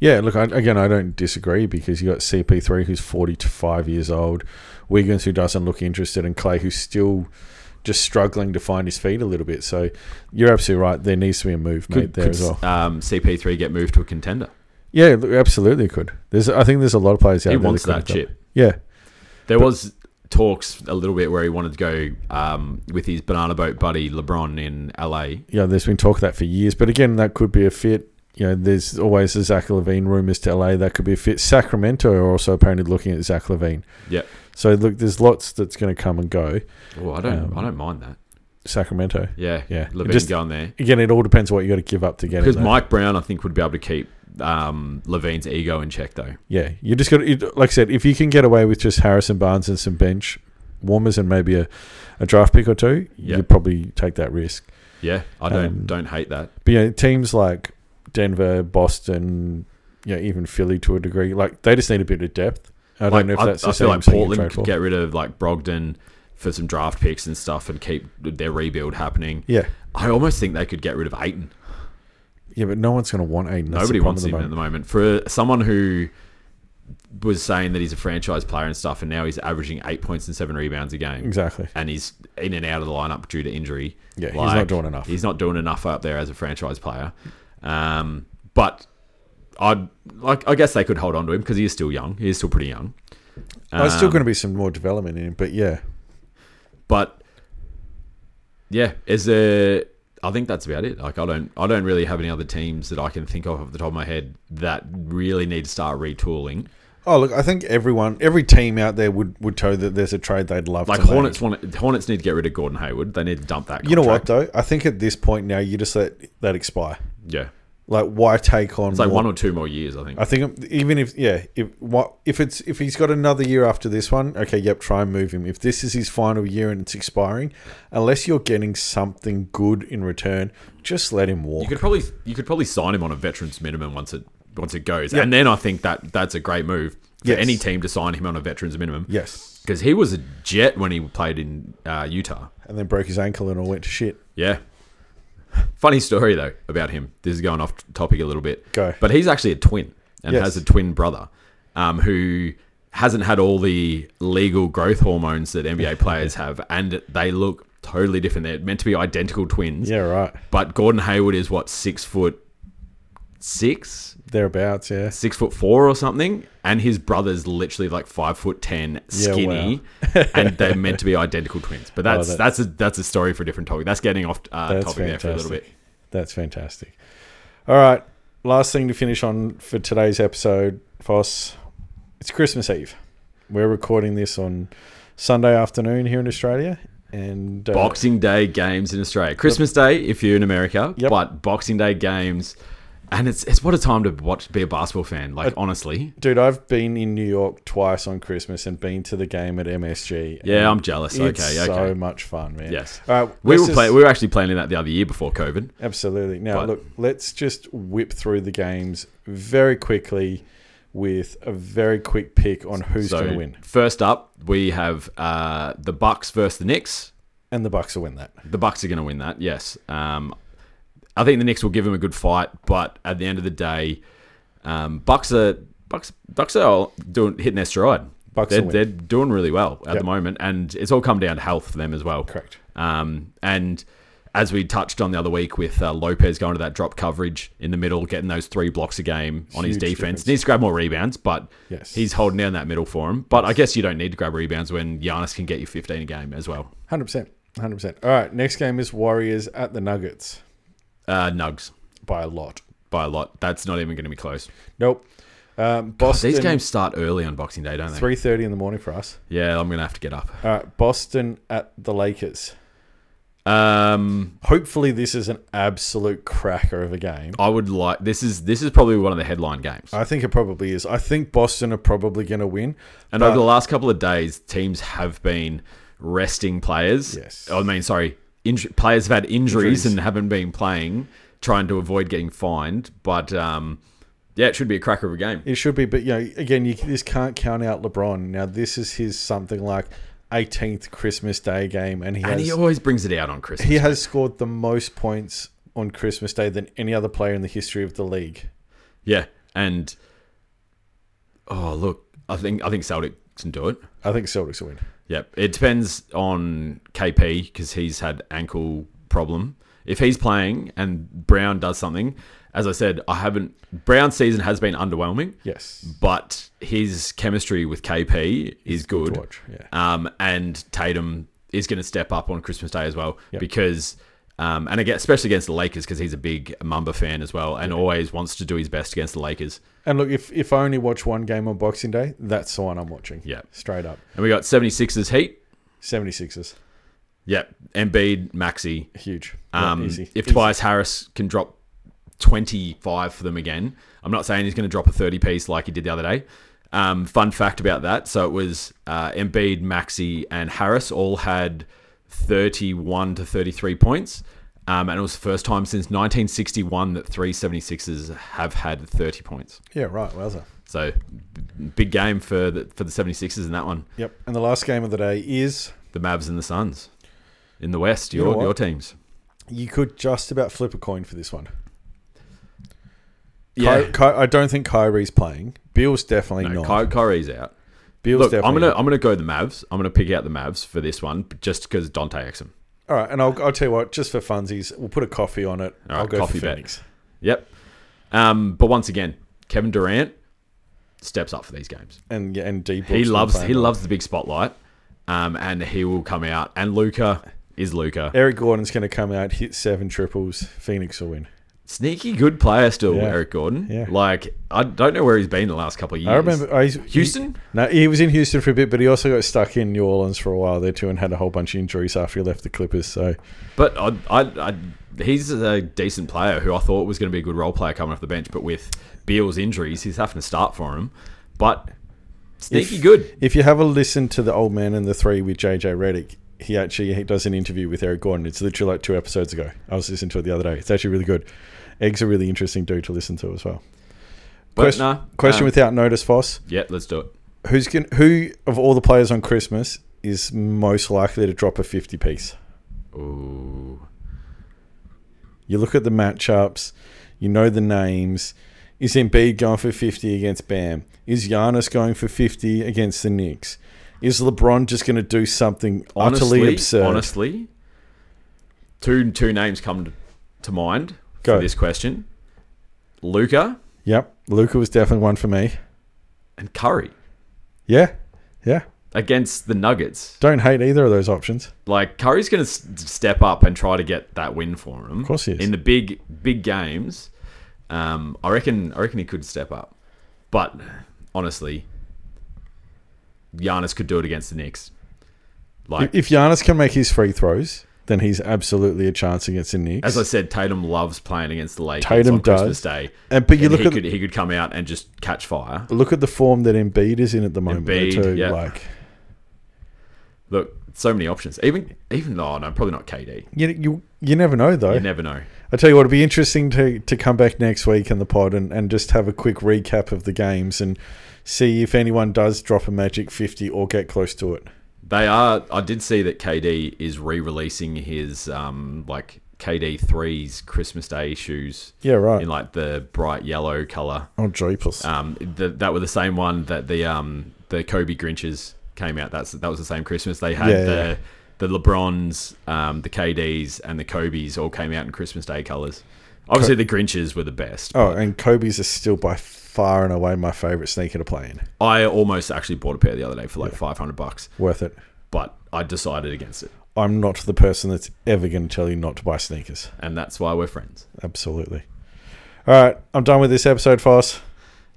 Speaker 4: Yeah, look, I, again, I don't disagree because you got CP3 who's 40 to 5 years old, Wiggins who doesn't look interested, and Clay who's still just struggling to find his feet a little bit. So you're absolutely right. There needs to be a move made there
Speaker 3: Could,
Speaker 4: as well.
Speaker 3: um, CP3 get moved to a contender?
Speaker 4: Yeah, look, absolutely could. There's, I think there's a lot of players out
Speaker 3: He
Speaker 4: there.
Speaker 3: wants
Speaker 4: could have
Speaker 3: that
Speaker 4: done-
Speaker 3: chip.
Speaker 4: Yeah.
Speaker 3: There was talks a little bit where he wanted to go um, with his banana boat buddy LeBron in LA.
Speaker 4: Yeah, there's been talk of that for years. But again, that could be a fit. You know, there's always the Zach Levine rumors to LA. That could be a fit. Sacramento are also apparently looking at Zach Levine.
Speaker 3: Yep.
Speaker 4: So look, there's lots that's going to come and go.
Speaker 3: Oh, I don't,
Speaker 4: Um,
Speaker 3: I don't mind that.
Speaker 4: Sacramento.
Speaker 3: Yeah,
Speaker 4: yeah.
Speaker 3: Levine
Speaker 4: Just-
Speaker 3: going there
Speaker 4: again, it all depends what you got to give up to get
Speaker 3: because
Speaker 4: him. though.
Speaker 3: Mike Brown, I think, would be able to keep um, Levine's ego in check though.
Speaker 4: yeah, you just got to, like I said, if you can get away with just Harrison Barnes and some bench warmers and maybe a, a draft pick or two,
Speaker 3: Yeah.
Speaker 4: you probably take that risk.
Speaker 3: Yeah, I don't,
Speaker 4: Um,
Speaker 3: don't hate that.
Speaker 4: But you know, teams like Denver, Boston, you know, even Philly to a degree, like they just need a bit of depth. I don't
Speaker 3: Like,
Speaker 4: know if
Speaker 3: I,
Speaker 4: that's the
Speaker 3: I feel
Speaker 4: same
Speaker 3: like
Speaker 4: thing you can
Speaker 3: Portland
Speaker 4: trade
Speaker 3: could
Speaker 4: for.
Speaker 3: get rid of like Brogdon for some draft picks and stuff and keep their rebuild happening.
Speaker 4: Yeah,
Speaker 3: I almost think they could get rid of Aiton.
Speaker 4: yeah, but no one's going to want Aiden.
Speaker 3: Nobody wants him at the moment. For someone who was saying that he's a franchise player and stuff, and now he's averaging eight points and seven rebounds a game,
Speaker 4: Exactly.
Speaker 3: and he's in and out of the lineup due to injury.
Speaker 4: Yeah, he's not doing enough.
Speaker 3: He's not doing enough up there as a franchise player. Um, but I'd like. I guess they could hold on to him because he is still young. He is still pretty young.
Speaker 4: Oh, There's still
Speaker 3: Um,
Speaker 4: going to be some more development in him, but yeah,
Speaker 3: but yeah, is a I think that's about it. Like I don't I don't really have any other teams that I can think of off the top of my head that really need to start retooling.
Speaker 4: Oh look, I think everyone, every team out there would would tell that there's a trade they'd love.
Speaker 3: Like
Speaker 4: to make.
Speaker 3: Hornets want Hornets need to get rid of Gordon Hayward. They need to dump that. Contract.
Speaker 4: You know what though? I think at this point now, you just let that expire.
Speaker 3: Yeah,
Speaker 4: Like, why take on?
Speaker 3: it's like
Speaker 4: more-
Speaker 3: one or two more years. I think.
Speaker 4: I think even if yeah, if what if it's if he's got another year after this one, okay, yep, try and move him. If this is his final year and it's expiring, unless you're getting something good in return, just let him walk.
Speaker 3: You could probably you could probably sign him on a veterans minimum once it once it goes, and then I think that that's a great move for
Speaker 4: Yes.
Speaker 3: any team to sign him on a veterans minimum.
Speaker 4: yes,
Speaker 3: because he was a jet when he played in uh, Utah.
Speaker 4: and then broke his ankle and all went to shit.
Speaker 3: Yeah. Funny story though about him. This is going off topic a little bit.
Speaker 4: Go.
Speaker 3: But he's actually a twin and
Speaker 4: Yes.
Speaker 3: has a twin brother um, who hasn't had all the legal growth hormones that NBA players have, and they look totally different. They're meant to be identical twins.
Speaker 4: Yeah, right.
Speaker 3: But Gordon Hayward is what six foot six,
Speaker 4: Thereabouts. Yeah.
Speaker 3: six foot four or something, and his brother's literally like five foot ten,
Speaker 4: Yeah, Oh,
Speaker 3: skinny, and they're meant to be identical twins. But that's
Speaker 4: that's-
Speaker 3: that's a that's a story for a different topic. That's getting off uh, topic there for a little bit.
Speaker 4: That's fantastic. All right. Last thing to finish on for today's episode, Foss. It's Christmas Eve. We're recording this on Sunday afternoon here in Australia. And uh,
Speaker 3: Boxing Day games in Australia, Christmas Day if you're in America,
Speaker 4: Yep.
Speaker 3: but Boxing Day games, and it's it's what a time to watch be a basketball fan.
Speaker 4: Uh,
Speaker 3: Like honestly,
Speaker 4: Dude, I've been in New York twice on Christmas and been to the game at MSG. and
Speaker 3: yeah, I'm jealous.
Speaker 4: It's
Speaker 3: okay,
Speaker 4: so
Speaker 3: okay,
Speaker 4: much fun, man.
Speaker 3: yes.
Speaker 4: All right.
Speaker 3: we
Speaker 4: let's
Speaker 3: were
Speaker 4: just-
Speaker 3: play, we were actually planning that the other year before COVID.
Speaker 4: Absolutely. Now,
Speaker 3: But-
Speaker 4: look, let's just whip through the games very quickly with a very quick pick on who's
Speaker 3: So
Speaker 4: going to win.
Speaker 3: first up, we have uh, the Bucks versus the Knicks.
Speaker 4: And the Bucks will win that.
Speaker 3: The Bucks are going to win that. Yes, um, I think the Knicks will give him a good fight, but at the end of the day, um, Bucks are Bucks Bucks are doing hitting their stride.
Speaker 4: Bucks
Speaker 3: they're,
Speaker 4: will win.
Speaker 3: they're doing really well at
Speaker 4: Yep.
Speaker 3: the moment, and it's all come down to health for them as well.
Speaker 4: Correct.
Speaker 3: Um, and as we touched on the other week with uh, Lopez going to that drop coverage in the middle, getting those three blocks a game on his
Speaker 4: Huge
Speaker 3: defense,
Speaker 4: difference.
Speaker 3: needs to grab more rebounds, but
Speaker 4: Yes.
Speaker 3: he's holding down that middle for him. But I guess you don't need to grab rebounds when Giannis can get you 15 a game as well.
Speaker 4: Hundred percent, hundred percent. All right, next game is Warriors at the Nuggets
Speaker 3: Uh, nugs.
Speaker 4: by a lot.
Speaker 3: by a lot. That's not even going to be close.
Speaker 4: Nope. Um, Boston.
Speaker 3: These games start early on Boxing Day, don't they?
Speaker 4: three thirty in the morning for us.
Speaker 3: Yeah, I'm going to have to get up.
Speaker 4: All right, Boston at the Lakers.
Speaker 3: Um,
Speaker 4: Hopefully, this is an absolute cracker of a game.
Speaker 3: I would like this is this is probably one of the headline games.
Speaker 4: I think it probably is. I think Boston are probably going to win.
Speaker 3: and over the last couple of days, teams have been resting players.
Speaker 4: Yes.
Speaker 3: I mean, sorry, inj- players have had injuries,
Speaker 4: Injuries.
Speaker 3: and haven't been playing, trying to avoid getting fined. But um, yeah, it should be a cracker of a game.
Speaker 4: It should be, but you know, again, you this can't count out LeBron. Now, this is his something like 18th Christmas Day game, and he
Speaker 3: and
Speaker 4: has
Speaker 3: he always brings it out on Christmas.
Speaker 4: he has scored the most points on Christmas Day than any other player in the history of the league.
Speaker 3: yeah, and oh look, I think I think Celtics can do it.
Speaker 4: I think Celtics will win.
Speaker 3: Yep. It depends on KP because he's had ankle problem. If he's playing and Brown does something, as I said, I haven't. Brown's season has been underwhelming.
Speaker 4: Yes.
Speaker 3: But his chemistry with KP is good.
Speaker 4: to watch, yeah.
Speaker 3: Um, and Tatum is going to step up on Christmas Day as well because. Um, and again, especially against the Lakers, because he's a big Mumba fan as well, and always wants to do his best against the Lakers.
Speaker 4: And look, if, if I only watch one game on Boxing Day, that's the one I'm watching.
Speaker 3: Yeah.
Speaker 4: Straight up.
Speaker 3: And we got 76ers Heat.
Speaker 4: 76ers.
Speaker 3: Yep, Embiid, Maxi,
Speaker 4: Huge.
Speaker 3: Um,
Speaker 4: Yeah, easy.
Speaker 3: If
Speaker 4: Easy.
Speaker 3: Tobias Harris can drop 25 for them again, I'm not saying he's going to drop a 30 piece like he did the other day. Um, fun fact about that so it was uh, Embiid, Maxi, and Harris all had 31 to 33 points. Um, and it was the first time since 1961 that three 76ers have had 30 points.
Speaker 4: Yeah, right. Wowza.
Speaker 3: So b- big game for the, for the 76ers in that one.
Speaker 4: Yep. And the last game of the day is
Speaker 3: The Mavs and the Suns in the West, your,
Speaker 4: know what?
Speaker 3: your teams.
Speaker 4: you could just about flip a coin for this one.
Speaker 3: Yeah.
Speaker 4: Ky- Ky- I don't think Kyrie's playing. Bill's definitely
Speaker 3: No,
Speaker 4: not.
Speaker 3: Ky- Kyrie's out.
Speaker 4: Bill's
Speaker 3: Look,
Speaker 4: definitely
Speaker 3: I'm gonna
Speaker 4: not.
Speaker 3: I'm gonna go the Mavs. I'm gonna pick out the Mavs for this one but just because Dante Exum.
Speaker 4: All right. And I'll, I'll tell you what, just for funsies, we'll put a coffee on it.
Speaker 3: All
Speaker 4: I'll
Speaker 3: right,
Speaker 4: go
Speaker 3: coffee
Speaker 4: for
Speaker 3: bet.
Speaker 4: Phoenix.
Speaker 3: Yep. Um, but once again, Kevin Durant steps up for these games.
Speaker 4: And yeah, and D. Brooks
Speaker 3: He
Speaker 4: not
Speaker 3: loves
Speaker 4: playing
Speaker 3: he
Speaker 4: well.
Speaker 3: loves the big spotlight, um, and he will come out. And Luca is Luca,
Speaker 4: Eric Gordon's going to come out, hit seven triples. Phoenix will win.
Speaker 3: sneaky good player still.
Speaker 4: Yeah.
Speaker 3: Eric Gordon,
Speaker 4: Yeah.
Speaker 3: like I don't know where he's been the last couple of years.
Speaker 4: I remember I,
Speaker 3: Houston?
Speaker 4: he- no, he was in Houston for a bit, but he also got stuck in New Orleans for a while there too, and had a whole bunch of injuries after he left the Clippers. So
Speaker 3: But I, I, I, he's a decent player who I thought was going to be a good role player coming off the bench. But with Beal's injuries, he's having to start for him. But sneaky good.
Speaker 4: if you have a listen to the old man and the three with JJ Redick, he actually he does an interview with Eric Gordon. It's literally like two episodes ago. I was listening to it the other day. It's actually really good. Egg's a really interesting dude to listen to as well.
Speaker 3: But
Speaker 4: question
Speaker 3: nah,
Speaker 4: question
Speaker 3: um,
Speaker 4: without notice, Foss.
Speaker 3: Yeah, let's do it.
Speaker 4: Who's going who of all the players on Christmas is most likely to drop a fifty piece?
Speaker 3: Ooh,
Speaker 4: You look at the matchups, you know the names. Is Embiid going for 50 against Bam? Is Giannis going for 50 against the Knicks? Is LeBron just going to do something utterly
Speaker 3: honestly,
Speaker 4: absurd?
Speaker 3: Honestly, two two names come to, to mind
Speaker 4: Go.
Speaker 3: for this question: Luca
Speaker 4: Yep. Luca was definitely one for me.
Speaker 3: and Curry
Speaker 4: Yeah. Yeah.
Speaker 3: against the Nuggets.
Speaker 4: Don't hate either of those options.
Speaker 3: Like Curry's going to s- step up and try to get that win for him. Of
Speaker 4: course he is.
Speaker 3: In the big big games, um, I reckon I reckon he could step up. But honestly, Giannis could do it against the Knicks. Like
Speaker 4: If Giannis can make his free throws, then he's absolutely a chance against the Knicks.
Speaker 3: as I said, Tatum loves playing against the Lakers
Speaker 4: Tatum
Speaker 3: on Christmas
Speaker 4: does.
Speaker 3: Day.
Speaker 4: And- but you look
Speaker 3: he
Speaker 4: at-
Speaker 3: could, he could come out and just catch fire.
Speaker 4: Look at the form that Embiid is in at the moment. though,
Speaker 3: Embiid,
Speaker 4: too.
Speaker 3: yeah.
Speaker 4: Like,
Speaker 3: Look, so many options. Even even oh no, probably not KD.
Speaker 4: you, you, you never know, though.
Speaker 3: You never know.
Speaker 4: I tell you what, it'd be interesting to, to come back next week in the pod and, and just have a quick recap of the games and see if anyone does drop a magic 50 or get close to it.
Speaker 3: They are. I did see that KD is re-releasing his um like KD threes Christmas Day shoes.
Speaker 4: Yeah, right.
Speaker 3: In like the bright yellow color.
Speaker 4: Oh, jeepers.
Speaker 3: Um, the, that were the same one that the um the Kobe Grinches came out. That's that was the same Christmas. They had
Speaker 4: Yeah,
Speaker 3: the
Speaker 4: yeah.
Speaker 3: the LeBrons, um, the KDs, and the Kobe's all came out in Christmas Day colors. Obviously, the Grinches were the best.
Speaker 4: oh, and Kobe's is still by far and away my favorite sneaker to play in.
Speaker 3: I almost actually bought a pair the other day for like five hundred bucks,
Speaker 4: Worth it.
Speaker 3: but I decided against it,
Speaker 4: I'm not the person that's ever going to tell you not to buy sneakers.
Speaker 3: and that's why we're friends.
Speaker 4: Absolutely. All right, I'm done with this episode, Foss.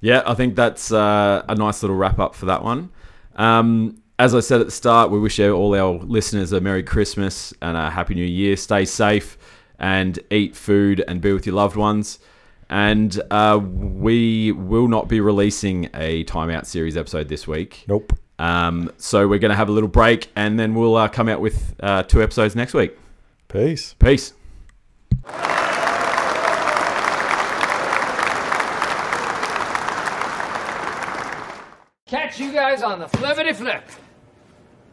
Speaker 3: Yeah, I think that's uh, a nice little wrap up for that one. Um, as I said at the start, we wish all our listeners a Merry Christmas and a Happy New Year. Stay safe and eat food and be with your loved ones. And uh, we will not be releasing a timeout series episode this week.
Speaker 4: Nope.
Speaker 3: Um, so we're going to have a little break and then we'll uh, come out with uh, two episodes next week.
Speaker 4: Peace.
Speaker 3: Peace.
Speaker 7: Catch you guys on the flippity flip.